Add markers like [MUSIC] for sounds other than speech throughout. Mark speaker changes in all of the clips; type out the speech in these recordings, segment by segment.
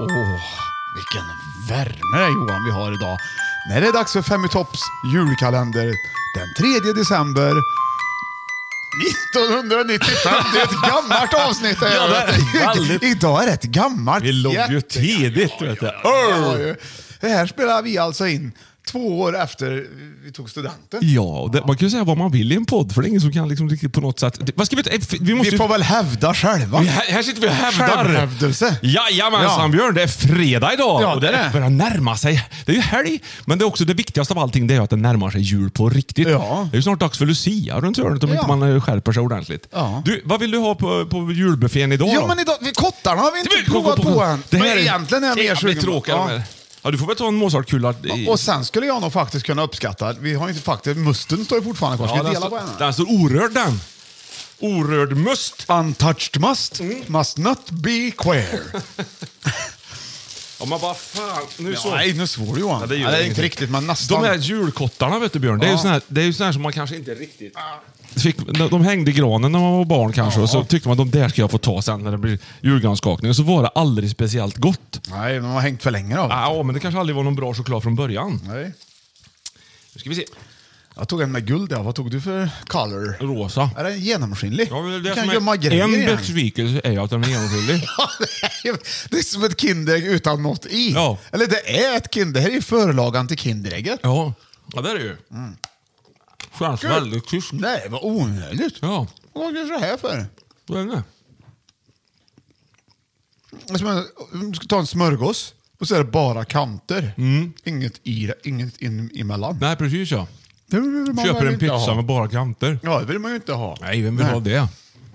Speaker 1: Åh, vilken värme Johan vi har idag. När det är dags för Fem i topps julkalender den 3 december 1995. Det är ett gammalt avsnitt.
Speaker 2: Ja, det är
Speaker 1: vet du.
Speaker 2: väldigt-
Speaker 1: Idag är det ett gammalt.
Speaker 2: Vi låg ju
Speaker 1: jätte-
Speaker 2: tidigt, vet du.
Speaker 1: Det var
Speaker 2: Arr!
Speaker 1: ju- Det här spelar vi alltså in två år efter vi tog studenten.
Speaker 2: Ja, och det, man kan ju säga vad man vill i en podd, för det är ingen som kan liksom riktigt på något sätt... Det- Vad ska vi, ta- eh, vi måste
Speaker 1: Vi
Speaker 2: ju-
Speaker 1: får väl hävda själva.
Speaker 2: Vi- här, här sitter vi och hävdar.
Speaker 1: Självhävdelse.
Speaker 2: Jajamensan
Speaker 1: Ja.
Speaker 2: Björn, det är fredag idag.
Speaker 1: Ja,
Speaker 2: och
Speaker 1: det är det.
Speaker 2: börjar närma sig. Det är ju helg. Men det, är också, det viktigaste av allting det är ju att det närmar sig jul på riktigt.
Speaker 1: Ja.
Speaker 2: Det är ju snart dags för Lucia runt hörnet om
Speaker 1: Ja.
Speaker 2: inte man eh, skärper sig ordentligt.
Speaker 1: Ja.
Speaker 2: Du, vad vill du ha på, på julbuffén idag
Speaker 1: Ja,
Speaker 2: då?
Speaker 1: men idag, vi, kottarna har vi
Speaker 2: Det är väl-
Speaker 1: inte provat på än.
Speaker 2: Det
Speaker 1: Men
Speaker 2: här är
Speaker 1: egentligen är jag mer
Speaker 2: jävligt
Speaker 1: sugen på-
Speaker 2: tråkiga.
Speaker 1: Ja.
Speaker 2: Ja. ja, du får väl ta en Mozartkula. i-
Speaker 1: Och sen skulle jag nog faktiskt kunna uppskatta, vi har ju inte faktiskt, musten står ju fortfarande kvar. Ska
Speaker 2: Ja,
Speaker 1: vi
Speaker 2: den,
Speaker 1: dela på
Speaker 2: står,
Speaker 1: en?
Speaker 2: den står orörd den. Orörd must.
Speaker 1: Untouched must,
Speaker 2: Mm.
Speaker 1: must not be
Speaker 2: [LAUGHS]
Speaker 1: queer.
Speaker 2: Ja, men vad fan. Nu så.
Speaker 1: Nej, nu svor du Johan.
Speaker 2: Ja,
Speaker 1: det,
Speaker 2: det gör
Speaker 1: är
Speaker 2: ingenting.
Speaker 1: inte riktigt, men nästan.
Speaker 2: De här julkottarna vet du Björn, det är ju
Speaker 1: Ja.
Speaker 2: såna här, det är ju såna här som man kanske inte riktigt... Fick, de de hängde i granen när man var barn kanske och så tyckte man de där ska jag få ta sen när det blir julgranskakning. Och så var det aldrig speciellt gott.
Speaker 1: Nej, de har hängt för länge av.
Speaker 2: Ja, men det kanske aldrig var någon bra choklad från början.
Speaker 1: Nej.
Speaker 2: Nu ska vi se.
Speaker 1: Jag tog en med guld där. Vad tog du för color?
Speaker 2: Rosa.
Speaker 1: Är den genomskinlig?
Speaker 2: Ja, men det
Speaker 1: du
Speaker 2: är
Speaker 1: kan
Speaker 2: som
Speaker 1: gömma
Speaker 2: är-
Speaker 1: grejer i
Speaker 2: En
Speaker 1: den.
Speaker 2: besvikelse är ju att den är genomskinlig.
Speaker 1: Det är som ett Kinderägg utan något i.
Speaker 2: Ja.
Speaker 1: Eller det är ett Kinderägg. Det här är ju förlagan till Kinderägget.
Speaker 2: ja. ja, det är det ju.
Speaker 1: Mm.
Speaker 2: Känns väldigt tyst.
Speaker 1: Nej, vad onödigt.
Speaker 2: Ja,
Speaker 1: Vad gör du så här för?
Speaker 2: då är det.
Speaker 1: Det är som en- Om du ska ta en smörgås och så är det bara kanter.
Speaker 2: Mm.
Speaker 1: Inget i det, inget in, emellan.
Speaker 2: Nej, precis ja.
Speaker 1: Det vill man
Speaker 2: Köper
Speaker 1: väl
Speaker 2: en
Speaker 1: inte
Speaker 2: pizza
Speaker 1: ha.
Speaker 2: med bara kanter.
Speaker 1: Ja, det vill man ju inte ha.
Speaker 2: Nej, vem vill ha det?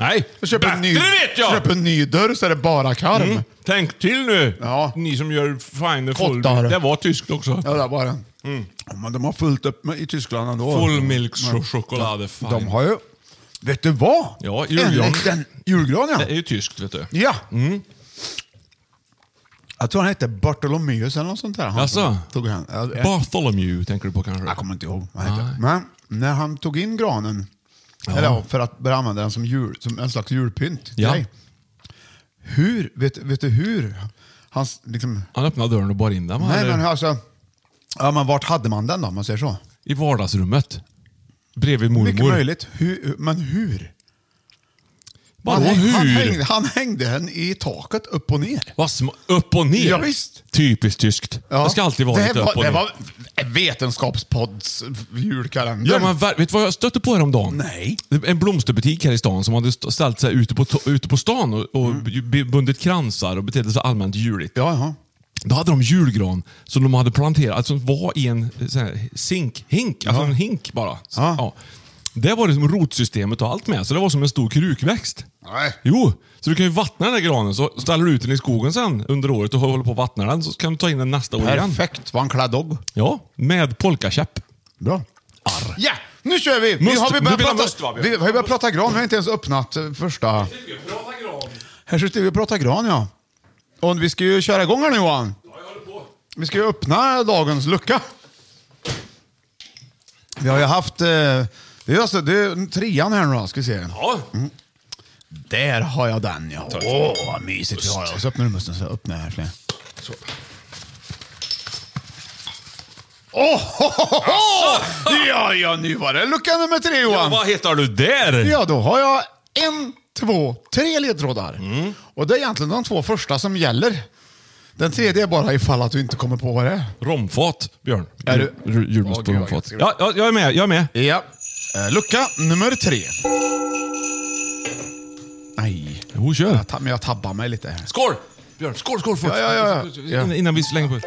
Speaker 2: Nej,
Speaker 1: Jag köper en ny,
Speaker 2: bättre vet jag!
Speaker 1: köper en ny dörr så är det bara karm.
Speaker 2: Mm. Tänk till nu!
Speaker 1: Ja.
Speaker 2: Ni som gör Feine
Speaker 1: Kottar.
Speaker 2: Full... Det var tyskt också.
Speaker 1: Ja, det är bara.
Speaker 2: Mm.
Speaker 1: Ja, Men de har fullt upp med, i Tyskland ändå.
Speaker 2: Fullmilkschoklad.
Speaker 1: Men De har ju... Vet du vad?
Speaker 2: Ja, julgran.
Speaker 1: En liten julgran ja.
Speaker 2: Det är ju Mm. tyskt, vet du.
Speaker 1: Ja. Jag tror han hette Bartolomeus eller något sånt där. Han
Speaker 2: Jaså?
Speaker 1: tog han. Jag, jag,
Speaker 2: Bartholomew tänker du på kanske?
Speaker 1: jag kommer inte ihåg vad han hette. Men när han tog in granen, eller ja, för att börja använda den som, jul, som en slags julpynt.
Speaker 2: Ja.
Speaker 1: grej. Hur, vet, vet du hur? Hans, liksom,
Speaker 2: Han öppnade dörren och bar in den. va?
Speaker 1: nej
Speaker 2: Eller
Speaker 1: men alltså, ja, men vart hade man den då om man säger så?
Speaker 2: I vardagsrummet. Bredvid mormor.
Speaker 1: Mycket möjligt. Hur, men hur?
Speaker 2: Vadå
Speaker 1: han,
Speaker 2: hur?
Speaker 1: Han hängde, han hängde den i taket upp och ner.
Speaker 2: Vad sm- upp och ner?
Speaker 1: Ja, visst.
Speaker 2: Typiskt tyskt.
Speaker 1: Ja.
Speaker 2: Det ska alltid vara
Speaker 1: det här
Speaker 2: lite
Speaker 1: var,
Speaker 2: upp och
Speaker 1: Det
Speaker 2: ner.
Speaker 1: var Vetenskapspodds julkalender.
Speaker 2: Ja, men ver- vet du vad jag stötte på häromdagen?
Speaker 1: Nej.
Speaker 2: Det- En blomsterbutik här i stan som hade st- ställt sig ute på, to- ute på stan och, och b- bundit kransar och betedde sig allmänt juligt.
Speaker 1: Mm. ja, ja.
Speaker 2: Då hade de julgran som de hade planterat, som var i en eh, sån här sink, alltså hink, alltså en hink bara. Så,
Speaker 1: Ja.
Speaker 2: ja. Det var det som rotsystemet och allt med, så det var som en stor krukväxt.
Speaker 1: Nej.
Speaker 2: Jo, så du kan ju vattna den där granen, så ställer du ut den i skogen sen under året och håller på att vattna den, så kan du ta in den nästa år igen.
Speaker 1: Perfekt. Var en klädd dog.
Speaker 2: Ja, med polkakäpp.
Speaker 1: Bra. Ja, nu kör vi!
Speaker 2: Must-
Speaker 1: vi har vi börjat
Speaker 2: du vill ha
Speaker 1: prata,
Speaker 2: must, va, Björn?
Speaker 1: vi har ju börjat prata gran. Vi har inte ens öppnat eh, första... Här sitter vi och pratar gran, ja. Och vi ska ju köra igång här nu, Johan. Vi ska ju öppna dagens lucka. Vi har ju haft... eh, Det är alltså det är trean här nu då, ska vi se. Mm.
Speaker 2: Ja,
Speaker 1: Där har jag den, ja. Åh, vad mysigt vi har det. Och så öppnar du musten så öppnar jag här. så länge. Åh! ho, ho, ho, ho! Ja, ja, nu var det lucka nummer tre
Speaker 2: ja
Speaker 1: Johan.
Speaker 2: vad heter du där?
Speaker 1: Ja, då har jag en, två, tre ledtrådar.
Speaker 2: Mm.
Speaker 1: Och det är egentligen de två första som gäller. Den tredje är bara ifall att du inte kommer på vad det
Speaker 2: Romfat, Björn.
Speaker 1: Är du-
Speaker 2: Jul- jul- Julmust
Speaker 1: Åh,
Speaker 2: på
Speaker 1: gud, vad
Speaker 2: romfat.
Speaker 1: gött.
Speaker 2: Ja, ja, jag är med, jag är med.
Speaker 1: är. Ja. Eh, Lucka nummer tre. Nej,
Speaker 2: Jo, kör.
Speaker 1: jag, ta- men jag tabbar mig lite här.
Speaker 2: Skål! Björn, skål, skål först.
Speaker 1: Ja, ja, ja, ja.
Speaker 2: Innan- Innan vi slänger på.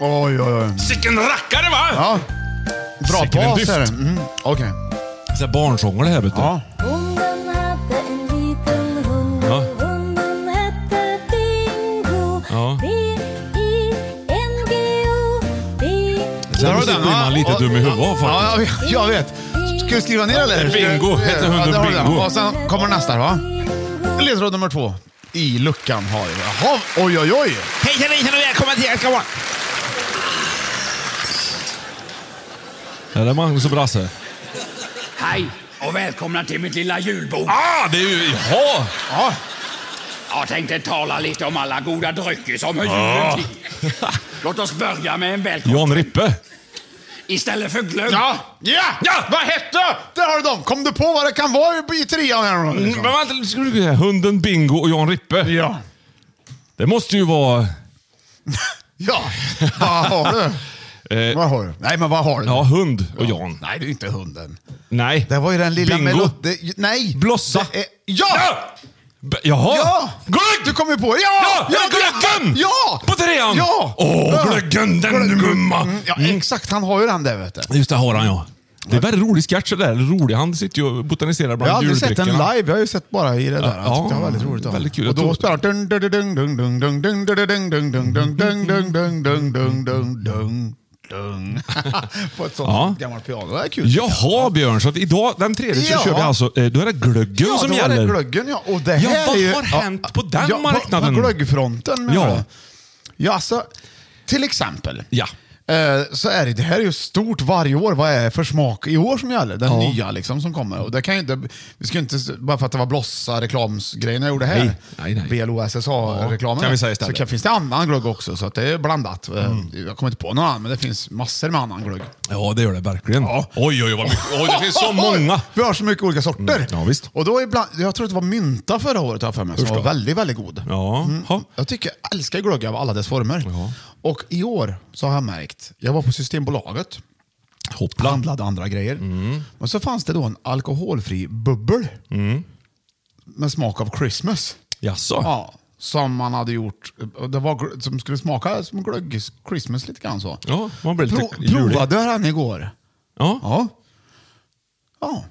Speaker 1: Oj, oj, oj.
Speaker 2: Sicken rackare va?
Speaker 1: Ja. Bra
Speaker 2: Säkert en
Speaker 1: bas
Speaker 2: dyft.
Speaker 1: är det. Mm. Okej.
Speaker 2: Så här barnsånger det här vet du.
Speaker 1: Ja.
Speaker 3: Bonden hade en liten hund
Speaker 2: Ja.
Speaker 3: Hunden hette Dingo
Speaker 2: Ja.
Speaker 3: D-I-N-G-O D-I-N-G-O
Speaker 2: Sen blir man lite dum i huvudet av faktiskt.
Speaker 1: Ja, jag- jag vet. Ska du skriva ner eller?
Speaker 2: Bingo. Hette hunden
Speaker 1: Ja, där har du den.
Speaker 2: Bingo.
Speaker 1: Och sen kommer nästa va? Ledtråd nummer två. I luckan har vi. Jaha, oj oj oj.
Speaker 2: Hejsan hejsan och välkommen till Älskar Barn! Är det Magnus och Brasse?
Speaker 4: Hej och välkomna till mitt lilla julbord.
Speaker 2: Ah, det är ju... Jaha!
Speaker 1: Ja.
Speaker 4: Jag tänkte tala lite om alla goda drycker som hör julen till. Låt oss börja med en välkomst.
Speaker 2: Jan Rippe.
Speaker 4: Istället för glögg.
Speaker 1: Ja! Ja!
Speaker 2: Ja!
Speaker 1: Vad hette? Där har du dem. Kom du på vad det kan vara i- i trean här nu?
Speaker 2: Mm, Men
Speaker 1: Liksom?
Speaker 2: vänta, skulle du säga hunden Bingo och Jan Rippe?
Speaker 1: Ja.
Speaker 2: Det måste ju vara...
Speaker 1: Ja. Vad har du?
Speaker 2: Eh,
Speaker 1: Vad har du? Nej, men vad har du?
Speaker 2: ja, hund och Jan.
Speaker 1: Nej, det är inte hunden.
Speaker 2: Nej.
Speaker 1: Det var ju den lilla
Speaker 2: Bingo.
Speaker 1: melodin. Nej!
Speaker 2: Blossa.
Speaker 1: Det är- Ja!
Speaker 2: Ja! B- Jaha!
Speaker 1: Ja!
Speaker 2: Glögg!
Speaker 1: Du kom ju på... Ja!
Speaker 2: Ja, ja, glöggen!
Speaker 1: Ja!
Speaker 2: På trean!
Speaker 1: Ja!
Speaker 2: Åh,
Speaker 1: Ja.
Speaker 2: glöggen den
Speaker 1: Glögg-
Speaker 2: gumma!
Speaker 1: Mm, Ja,
Speaker 2: Mm.
Speaker 1: exakt. Han har ju den där vet du.
Speaker 2: Just det, har han ja. Det är väldigt rolig sketch det där. Rolig. Han sitter ju och botaniserar
Speaker 1: Jag har
Speaker 2: bland
Speaker 1: aldrig sett den
Speaker 2: juldryckerna.
Speaker 1: live, jag har ju sett bara i det där. Jag
Speaker 2: Ja,
Speaker 1: tyckte det var väldigt roligt. av
Speaker 2: väldigt
Speaker 1: den.
Speaker 2: kul.
Speaker 1: Och
Speaker 2: Jag
Speaker 1: då
Speaker 2: tror-
Speaker 1: spelar dun dun dun dun dun dun dun dun dun dun dun dun dun dun dun dun dun dun dun dun dun På ett sånt
Speaker 2: Ja.
Speaker 1: gammalt piano. Det är kul.
Speaker 2: Jaha Björn, så att idag den tredje så
Speaker 1: Ja.
Speaker 2: kör vi alltså, eh, då är det glöggen
Speaker 1: Ja,
Speaker 2: som
Speaker 1: då var
Speaker 2: gäller.
Speaker 1: det glöggen ja. Och det
Speaker 2: Ja,
Speaker 1: här
Speaker 2: vad
Speaker 1: är ju,
Speaker 2: har hänt på den
Speaker 1: ja, på-
Speaker 2: marknaden?
Speaker 1: På glöggfronten menar
Speaker 2: Ja.
Speaker 1: du? Ja, alltså, till exempel.
Speaker 2: Ja.
Speaker 1: Eh, Så är det, det här är ju stort varje år. Vad är det för smak i år som gäller? Den
Speaker 2: Ja.
Speaker 1: nya liksom som kommer. Och det kan ju inte, vi ska ju inte, s- bara för att det var blossa reklamsgrejen jag gjorde
Speaker 2: Nej,
Speaker 1: här.
Speaker 2: nej, nej.
Speaker 1: BLOSSA-reklamen.
Speaker 2: Ja, kan vi säga istället. Mm.
Speaker 1: Så kan, finns det annan glögg också, så att det är blandat. Eh, Jag kommer inte på någon annan, men det finns massor med annan glögg.
Speaker 2: Ja, det gör det verkligen. Oj, oj, oj, vad mycket. Oj, det finns så många.
Speaker 1: Vi har så mycket olika sorter.
Speaker 2: Mm, ja, visst.
Speaker 1: Och då ibland, jag tror att det var mynta förra året, har jag för mig, som
Speaker 2: Usch
Speaker 1: var
Speaker 2: då.
Speaker 1: väldigt, väldigt god. Mm.
Speaker 2: Ja, ha.
Speaker 1: Jag tycker, jag älskar glögg av alla dess former.
Speaker 2: Ja.
Speaker 1: Och i år så har jag märkt, jag var på Systembolaget,
Speaker 2: hoppla.
Speaker 1: handlade andra grejer.
Speaker 2: Mm.
Speaker 1: Men så fanns det då en alkoholfri bubbel med smak av Christmas.
Speaker 2: Mm. Jaså?
Speaker 1: Ja, som man hade gjort, och det var, gl- som skulle smaka som glögg Christmas lite grann så.
Speaker 2: Ja, man blir lite
Speaker 1: Pro-
Speaker 2: julig.
Speaker 1: Provade jag den igår.
Speaker 2: Ja.
Speaker 1: Ja. Ja.
Speaker 2: ja.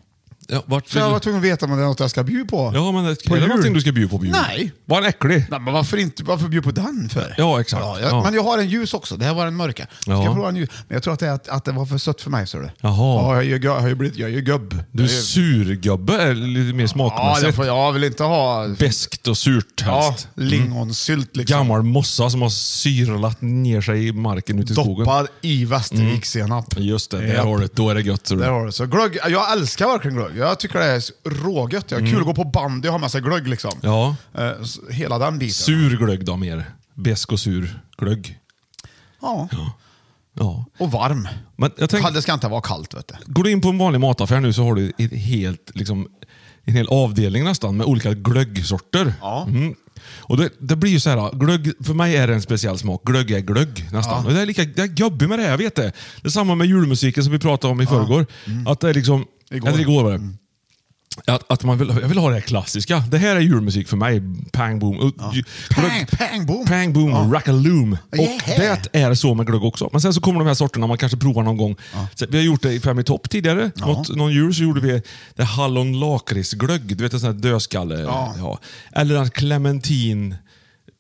Speaker 2: Vart
Speaker 1: Så
Speaker 2: vill
Speaker 1: jag var
Speaker 2: du?
Speaker 1: tvungen att veta om det är något jag ska bjuda på.
Speaker 2: Ja, men det,
Speaker 1: På
Speaker 2: är det
Speaker 1: jul.
Speaker 2: någonting du ska bjuda på på jul?
Speaker 1: Nej.
Speaker 2: Var han äcklig?
Speaker 1: Nej, men varför, inte, varför bjuda på den för?
Speaker 2: Ja, exakt.
Speaker 1: jag,
Speaker 2: Ja.
Speaker 1: Men jag har en ljus också. Det här var den mörka. Ska
Speaker 2: Ja.
Speaker 1: jag prova en ljus? Men jag tror att det, är att, att det var för sött för mig, ser du.
Speaker 2: Jaha.
Speaker 1: Ja, jag, är ju gö- jag, har ju blivit, jag är ju gubb.
Speaker 2: Du är
Speaker 1: Jag är ju-
Speaker 2: surgubbe, eller lite mer
Speaker 1: Ja, jag,
Speaker 2: smakmässigt.
Speaker 1: får, jag vill inte ha...
Speaker 2: Beskt och surt
Speaker 1: Ja,
Speaker 2: helst. Mm.
Speaker 1: lingonsylt liksom.
Speaker 2: Gammal mossa som har syrlat ner sig i marken ute i skogen.
Speaker 1: Doppad i
Speaker 2: Mm.
Speaker 1: västervikssenap.
Speaker 2: Just det, där
Speaker 1: Japp.
Speaker 2: har du det. Då är det gött. Tror
Speaker 1: Där
Speaker 2: du.
Speaker 1: har du. Så glögg, jag älskar verkligen glögg. Jag tycker det är så rågött. Jag har kul att gå på bandy och ha med sig glögg liksom.
Speaker 2: Mm. Ja.
Speaker 1: Eh, så- Hela den biten.
Speaker 2: Sur glögg då mer. Besk och sur glögg.
Speaker 1: ja.
Speaker 2: Ja.
Speaker 1: Och varm.
Speaker 2: Men jag tänker,
Speaker 1: Kall- Det ska inte vara kallt vet du.
Speaker 2: går du in på en vanlig mataffär nu så har du ett helt, liksom, en hel avdelning nästan med olika glöggsorter.
Speaker 1: Ja.
Speaker 2: Mm. Och det, det blir ju så här, glögg, för mig är det en speciell smak. Glögg är glögg nästan. Och det är lika det är gubbigt med det här, jag vet det. Det är samma med julmusiken som vi pratade om i förrgår. Att det är liksom,
Speaker 1: Mm. Igår. Mm.
Speaker 2: Eller igår var det. Att, att man vill, jag vill ha det här klassiska. Det här är julmusik för mig. Pang, boom. Och- ju-
Speaker 1: Pang, pang, boom.
Speaker 2: Pang, boom,
Speaker 1: Ja.
Speaker 2: rackaloom. Och
Speaker 1: Yeah.
Speaker 2: det är så med glögg också. Men sen så kommer de här sorterna man kanske provar någon gång. Så vi har gjort det i Fem i topp tidigare. Något, någon jul så gjorde vi det hallon lakritsglögg. Du vet en sån här dödskalle.
Speaker 1: Ja.
Speaker 2: Ja. Eller en clementin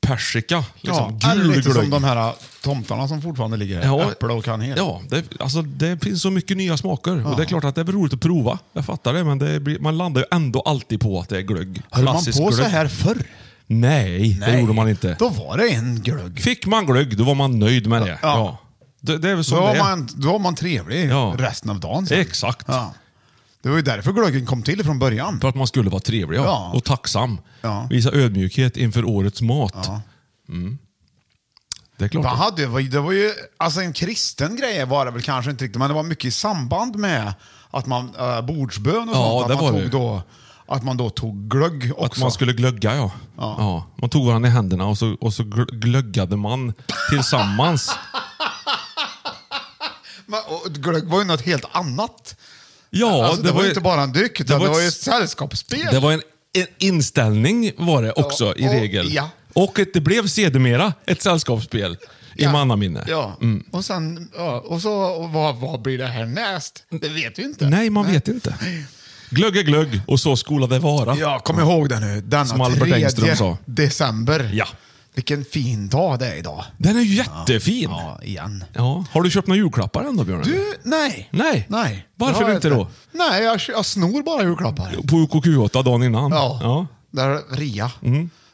Speaker 2: persika. Liksom,
Speaker 1: ja, eller
Speaker 2: gul
Speaker 1: lite som
Speaker 2: glögg.
Speaker 1: de här eh, tomtarna som fortfarande ligger här. Äpple och kanel.
Speaker 2: Ja, det, alltså, det finns så mycket nya smaker. Och Det är klart att det är väl roligt att prova. Jag fattar det, men det blir, man landar ju ändå alltid på att det är glögg.
Speaker 1: Höll man
Speaker 2: Klassisk
Speaker 1: på så
Speaker 2: glögg.
Speaker 1: här förr?
Speaker 2: Nej, det gjorde man inte.
Speaker 1: Då var det en glögg.
Speaker 2: Fick man glögg, då var man nöjd med det. Ja. Det, det är väl
Speaker 1: Då
Speaker 2: som
Speaker 1: var,
Speaker 2: det är.
Speaker 1: man, då var man trevlig
Speaker 2: Ja.
Speaker 1: resten av dagen. sen.
Speaker 2: Exakt.
Speaker 1: Ja. Det var ju därför glöggen kom till från början.
Speaker 2: För att man skulle vara trevlig ja.
Speaker 1: Ja.
Speaker 2: och tacksam.
Speaker 1: Ja.
Speaker 2: Visa ödmjukhet inför årets mat. Mm.
Speaker 1: Ja.
Speaker 2: Det är klart.
Speaker 1: Man hade, ju- det var ju- det var ju, alltså en kristen grej var det väl kanske inte riktigt, men det var mycket i samband med att man, äh, bordsbön och
Speaker 2: Ja,
Speaker 1: sånt,
Speaker 2: det
Speaker 1: att man,
Speaker 2: var
Speaker 1: tog
Speaker 2: det ju.
Speaker 1: då, att man då tog glögg också.
Speaker 2: Att man skulle glögga, ja.
Speaker 1: Ja.
Speaker 2: Man tog varandra i händerna och så, och så gl- glöggade man
Speaker 1: [LAUGHS]
Speaker 2: tillsammans.
Speaker 1: Men, och glögg var ju något helt annat.
Speaker 2: Ja,
Speaker 1: alltså, det, var ju inte bara en dryck, utan det var,
Speaker 2: ett-
Speaker 1: ju ett sällskapsspel.
Speaker 2: Det var en, en inställning var det också i
Speaker 1: och-
Speaker 2: regel.
Speaker 1: ja.
Speaker 2: Och ett, det blev sedermera ett sällskapsspel i mannaminne. Mm.
Speaker 1: Ja, och sen, ja, och så, och vad, vad blir det härnäst? Det vet vi inte.
Speaker 2: Nej, man vet inte. Glögg är glögg och så skola det vara.
Speaker 1: Ja, kom ihåg det nu. Denna
Speaker 2: Som Albert Engström sa.
Speaker 1: 3 december.
Speaker 2: Ja.
Speaker 1: Vilken fin dag det är idag.
Speaker 2: Den är ju jättefin. Ja.
Speaker 1: Ja, igen.
Speaker 2: Har du köpt några julklappar än då, Björn?
Speaker 1: Du, nej.
Speaker 2: Nej.
Speaker 1: nej.
Speaker 2: Varför
Speaker 1: Jag har
Speaker 2: inte då?
Speaker 1: Nej, jag, jag snor bara julklappar.
Speaker 2: På OKQ8 dagen innan?
Speaker 1: Ja.
Speaker 2: ja. Mm.
Speaker 1: Där, ria.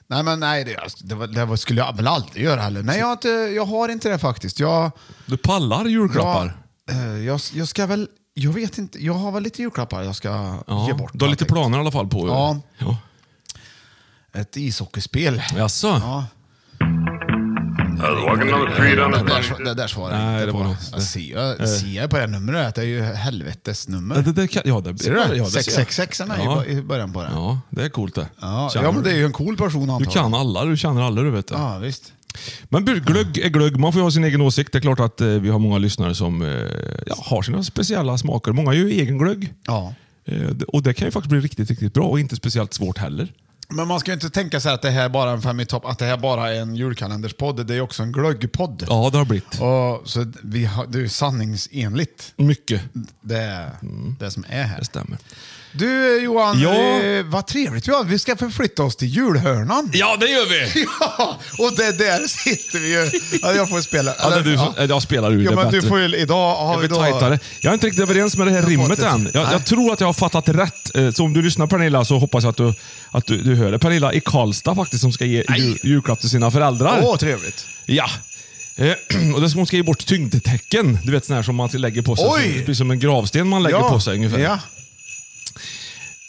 Speaker 1: Nej, men nej, det, alltså, det, var- det var- skulle jag väl aldrig göra heller. Nej, jag har, inte, jag har inte det faktiskt. Jag,
Speaker 2: Du pallar julklappar?
Speaker 1: Jag, eh, jag, jag ska väl... Jag vet inte. Jag har väl lite julklappar jag ska ge bort.
Speaker 2: Du har lite planer i alla fall på
Speaker 1: Ja.
Speaker 2: ja.
Speaker 1: Ett ishockeyspel.
Speaker 2: Jaså?
Speaker 1: Ja. Det där, det där svarar jag
Speaker 2: Nej,
Speaker 1: inte
Speaker 2: det var
Speaker 1: på.
Speaker 2: något-
Speaker 1: Jag ser, jag ser jag på det här numret att det är ju helvetes
Speaker 2: Ja,
Speaker 1: nummer.
Speaker 2: det, det, kan- ja, det,
Speaker 1: Ser du det?
Speaker 2: Ja, det ser jag.
Speaker 1: 666 är med i
Speaker 2: Ja.
Speaker 1: bo- i början på det. Ja,
Speaker 2: Ja, det är coolt det.
Speaker 1: ja,
Speaker 2: Känner
Speaker 1: men det är
Speaker 2: du.
Speaker 1: ju en cool person
Speaker 2: Du
Speaker 1: antagligen.
Speaker 2: kan alla, du känner alla du vet. det.
Speaker 1: Ja, visst.
Speaker 2: Men bur- glögg är glögg, man får ju ha sin egen åsikt. Det är klart att eh, vi har många lyssnare som eh, ja, har sina speciella smaker. Många gör ju egen glögg.
Speaker 1: Ja.
Speaker 2: Eh, d- och det kan ju faktiskt bli riktigt, riktigt bra och inte speciellt svårt heller.
Speaker 1: Men man ska ju inte tänka sig att det här bara är en fem i topp, att det här bara är en julkalenderspodd. Det är ju också en glöggpodd.
Speaker 2: Ja, det har blivit.
Speaker 1: Och, så vi har, det är ju sanningsenligt,
Speaker 2: Mycket.
Speaker 1: det, är det som är här.
Speaker 2: Det stämmer.
Speaker 1: Du eh, Johan,
Speaker 2: Mm. Ja.
Speaker 1: eh, vad trevligt vi har. Vi ska förflytta oss till julhörnan.
Speaker 2: Ja, det gör vi!
Speaker 1: [LAUGHS] Ja, och det där sitter vi ju. Ja, jag får spela.
Speaker 2: Ja, det, du, ja. Jag spelar ur
Speaker 1: ja,
Speaker 2: det
Speaker 1: men du
Speaker 2: bättre.
Speaker 1: får ju idag... Har
Speaker 2: Jag
Speaker 1: vi
Speaker 2: blir
Speaker 1: då,
Speaker 2: tajtare. Jag är inte riktigt överens med det här
Speaker 1: Jag får
Speaker 2: rimmet
Speaker 1: inte-
Speaker 2: än. Jag,
Speaker 1: Nej.
Speaker 2: jag tror att jag har fattat rätt. Eh, Så om du lyssnar Pernilla så hoppas jag att du, att du, du hör det. Pernilla i Karlstad faktiskt som ska ge ju, julklapp till sina föräldrar.
Speaker 1: Åh, trevligt.
Speaker 2: Ja. Eh, [CLEARS THROAT] Och det ska hon ska ge bort tyngdtecken. Du vet sån här som man lägger på sig.
Speaker 1: Oj!
Speaker 2: Precis som en gravsten man lägger på sig ungefär.
Speaker 1: Ja.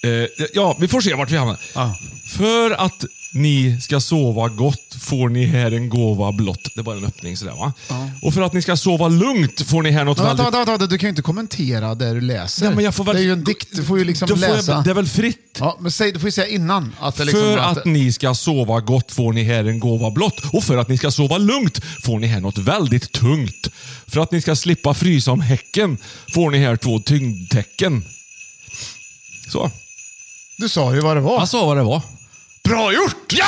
Speaker 2: Eh, ja, vi får se vart vi hamnar.
Speaker 1: Ja.
Speaker 2: För att ni ska sova gott får ni här en gåva blott. Det var en öppning sådär va? Och för att ni ska sova lugnt får ni här något
Speaker 1: Men
Speaker 2: väldigt
Speaker 1: vänta, vänta, vänta, vänta, du kan ju inte kommentera det du läser.
Speaker 2: Nej, men jag får väl,
Speaker 1: det är ju en dikt, du får ju liksom
Speaker 2: Då får jag-
Speaker 1: läsa.
Speaker 2: det är väl fritt?
Speaker 1: ja, men säg, du får ju säga innan. Att det liksom,
Speaker 2: för att, ni ska sova gott får ni här en gåva blott. Och för att ni ska sova lugnt får ni här något väldigt tungt. För att ni ska slippa frysa om häcken får ni här två tyngdtecken. Så.
Speaker 1: Du sa ju vad det var.
Speaker 2: Han sa vad det var.
Speaker 1: Bra gjort!
Speaker 2: Ja!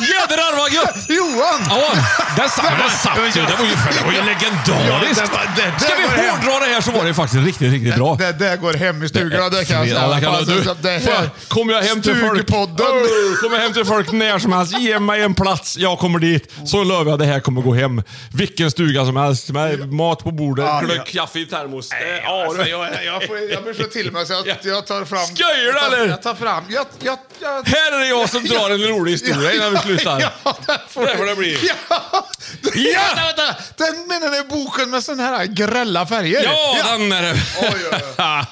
Speaker 2: Jädrar vad gött!
Speaker 1: Johan!
Speaker 2: Ja, där satt, där satt ju. Det var ju, det var ju legendariskt.
Speaker 1: Ja, det var- det- det
Speaker 2: Ska
Speaker 1: var
Speaker 2: vi
Speaker 1: det.
Speaker 2: hårdra det här så var det faktiskt riktigt, riktigt bra.
Speaker 1: Det, det går hem i stugorna, det kan jag säga.
Speaker 2: Alla kan-
Speaker 1: Alltså,
Speaker 2: du,
Speaker 1: så att det här-
Speaker 2: fan, Kommer jag hem till folk... [LAUGHS]
Speaker 1: Stugpodden.
Speaker 2: Öh, Kommer jag hem till folk när som helst, ge mig en plats, jag kommer dit. Så lovar jag, det här kommer gå hem. Vilken stuga som helst, med mat på bordet,
Speaker 1: Ja,
Speaker 2: glögg,
Speaker 1: ja.
Speaker 2: kaffe i termos.
Speaker 1: Nej,
Speaker 2: Eh, ja,
Speaker 1: alltså,
Speaker 2: du-
Speaker 1: jag, jag, får, jag får slå till mig så jag, jag tar fram...
Speaker 2: Skojar du,
Speaker 1: jag tar-
Speaker 2: eller?
Speaker 1: Jag tar fram... Jag, jag, jag,
Speaker 2: Här är det jag som drar en rolig historia innan vi slutar.
Speaker 1: Ja, där får
Speaker 2: Det får det bli.
Speaker 1: Ja!
Speaker 2: Ja!
Speaker 1: Vänta, vänta! Den menar ni boken med sån här grälla färger?
Speaker 2: Ja, den är det.
Speaker 1: Oj, oj, oj. Ja.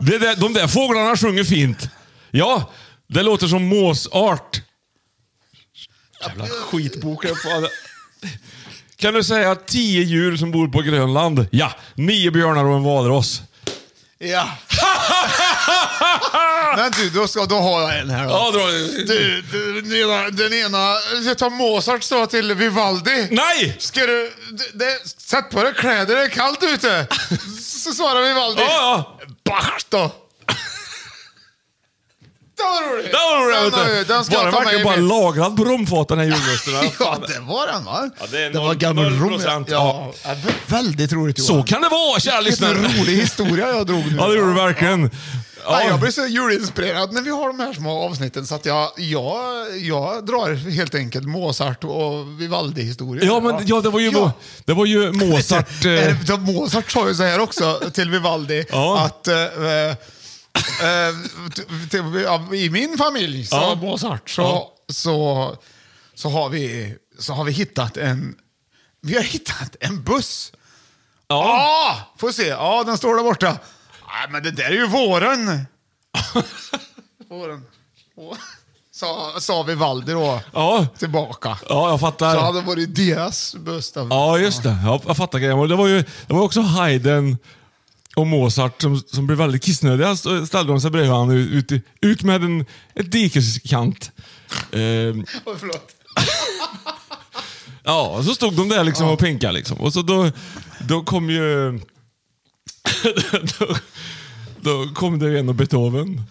Speaker 2: det där, de där fåglarna sjunger fint. Ja, det låter som måsart. Jävla skitbok. jag fan. Kan du säga tio djur som bor på Grönland? Ja, nio björnar och en valros.
Speaker 1: Ja.
Speaker 2: [LAUGHS]
Speaker 1: Men du, då, ska, då har jag en här då.
Speaker 2: Ja, då,
Speaker 1: Du, du, den ena... Den ena jag tar Mozart sa till Vivaldi.
Speaker 2: Nej!
Speaker 1: Ska du... Det, det, sätt på dig kläder, det är kallt ute. Så svarar Vivaldi.
Speaker 2: Ja, ja.
Speaker 1: Bach då. Det var roligt!
Speaker 2: Den var rolig!
Speaker 1: Den, har
Speaker 2: Den,
Speaker 1: ju- den ska
Speaker 2: var
Speaker 1: jag
Speaker 2: den
Speaker 1: ta med
Speaker 2: verkligen
Speaker 1: i
Speaker 2: bara
Speaker 1: min-
Speaker 2: lagrad på romfaten, den här
Speaker 1: [LAUGHS]
Speaker 2: julmusten? va?
Speaker 1: Ja, det var den va?
Speaker 2: Ja, det är
Speaker 1: var
Speaker 2: noll-
Speaker 1: gammal
Speaker 2: noll
Speaker 1: rom.
Speaker 2: procent,
Speaker 1: Ja, ja. Väldigt roligt Johan.
Speaker 2: Så kan det vara, kära lyssnare.
Speaker 1: Vilken rolig historia jag drog nu.
Speaker 2: Ja, det gjorde du verkligen.
Speaker 1: Nej, jag
Speaker 2: Ja.
Speaker 1: blir så julinspirerad när vi har de här små avsnitten så att jag, jag, jag drar helt enkelt Mozart och Vivaldi-historier.
Speaker 2: Ja, men ja, det var ju,
Speaker 1: Ja.
Speaker 2: det var
Speaker 1: [LAUGHS]
Speaker 2: ju Mozart... eh,
Speaker 1: Eh, de- Mozart sa ju så här också till Vivaldi
Speaker 2: Ja.
Speaker 1: att eh, eh, eh, t- t- ja, i min familj, sa
Speaker 2: Ja.
Speaker 1: Mozart, så,
Speaker 2: Ja.
Speaker 1: så, så, har vi, så har vi hittat en vi har hittat en buss.
Speaker 2: ja.
Speaker 1: Ja, får se. Ja, den står där borta. Nej, men det där är ju
Speaker 2: [LAUGHS]
Speaker 1: våren. våren. Å- Sa, sa Vivaldi då.
Speaker 2: Ja.
Speaker 1: Tillbaka.
Speaker 2: ja, jag
Speaker 1: Så
Speaker 2: fattar.
Speaker 1: hade det varit deras buss. där.
Speaker 2: Ja, just det. Ja, jag fattar grejen. Och Det var ju det var också Haydn och Mozart som, som blev väldigt kissnödiga. Så ställde de sig bredvid varandra ut, ut, ut med en ett dikeskant. Ehm,
Speaker 1: Oj, Förlåt.
Speaker 2: Ja, och så stod de där liksom och pinkade. Liksom. Och så då, då kom ju... [LAUGHS] då, då kom det ju en av Beethoven.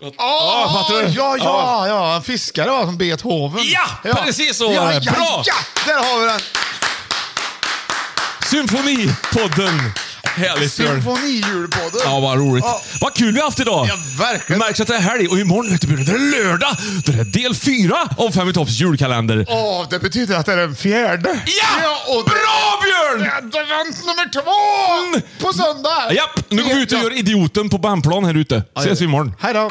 Speaker 1: Ja,
Speaker 2: Ah, fattar du? Ah.
Speaker 1: Ja, ja, ja. En fiskare va, från Beethoven.
Speaker 2: Ja, precis så var det. Bra!
Speaker 1: Ja, där har vi den.
Speaker 2: Symfonipodden! Härligt Björn.
Speaker 1: Symfonijulpodden.
Speaker 2: Ja, vad roligt.
Speaker 1: Ja.
Speaker 2: Vad kul vi har haft idag!
Speaker 1: Ja, verkligen.
Speaker 2: Det märks att det är helg och imorgon vet du, Björn, det är lördag! Det är del fyra av Fem i topps julkalender.
Speaker 1: Åh, det betyder att det är den fjärde.
Speaker 2: Ja!
Speaker 1: och det-
Speaker 2: Bra, Björn!
Speaker 1: Ja, Det är event nummer två
Speaker 2: Mm.
Speaker 1: på söndag.
Speaker 2: Japp, nu går vi ut och
Speaker 1: Ja.
Speaker 2: gör idioten på bandplan här ute. Ses vi imorgon.
Speaker 1: Hej då.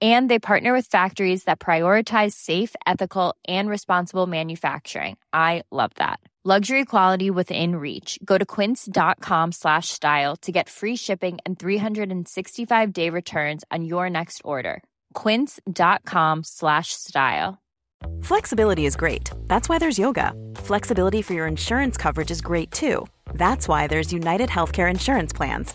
Speaker 5: And they partner with factories that prioritize safe, ethical, and responsible manufacturing. I love that. Luxury quality within reach. Go to quince.com slash style to get free shipping and 365 day returns on your next order. Quince.com slash style.
Speaker 6: Flexibility is great. That's why there's yoga. Flexibility for your insurance coverage is great too. That's why there's United Healthcare Insurance Plans.